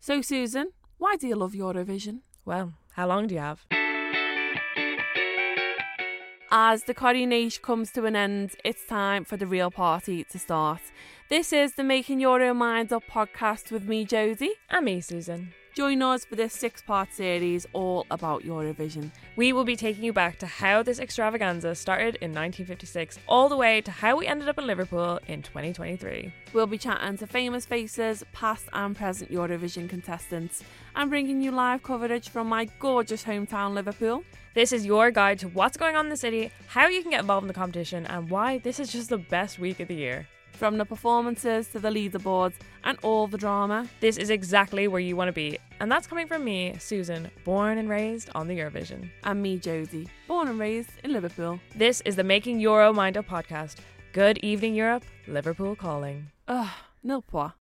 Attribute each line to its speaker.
Speaker 1: So, Susan, why do you love Eurovision?
Speaker 2: Well, how long do you have?
Speaker 1: As the coronation comes to an end, it's time for the real party to start. This is the Making Your Own Mind Up podcast with me, Jodie.
Speaker 2: And me, Susan.
Speaker 1: Join us for this six part series all about Eurovision.
Speaker 2: We will be taking you back to how this extravaganza started in 1956, all the way to how we ended up in Liverpool in 2023.
Speaker 1: We'll be chatting to famous faces, past and present Eurovision contestants, and bringing you live coverage from my gorgeous hometown, Liverpool.
Speaker 2: This is your guide to what's going on in the city, how you can get involved in the competition, and why this is just the best week of the year.
Speaker 1: From the performances to the leaderboards and all the drama.
Speaker 2: This is exactly where you want to be. And that's coming from me, Susan, born and raised on the Eurovision.
Speaker 1: And me, Josie, born and raised in Liverpool.
Speaker 2: This is the Making Euro Mind Up podcast. Good evening, Europe. Liverpool calling.
Speaker 1: Ugh, nil pois.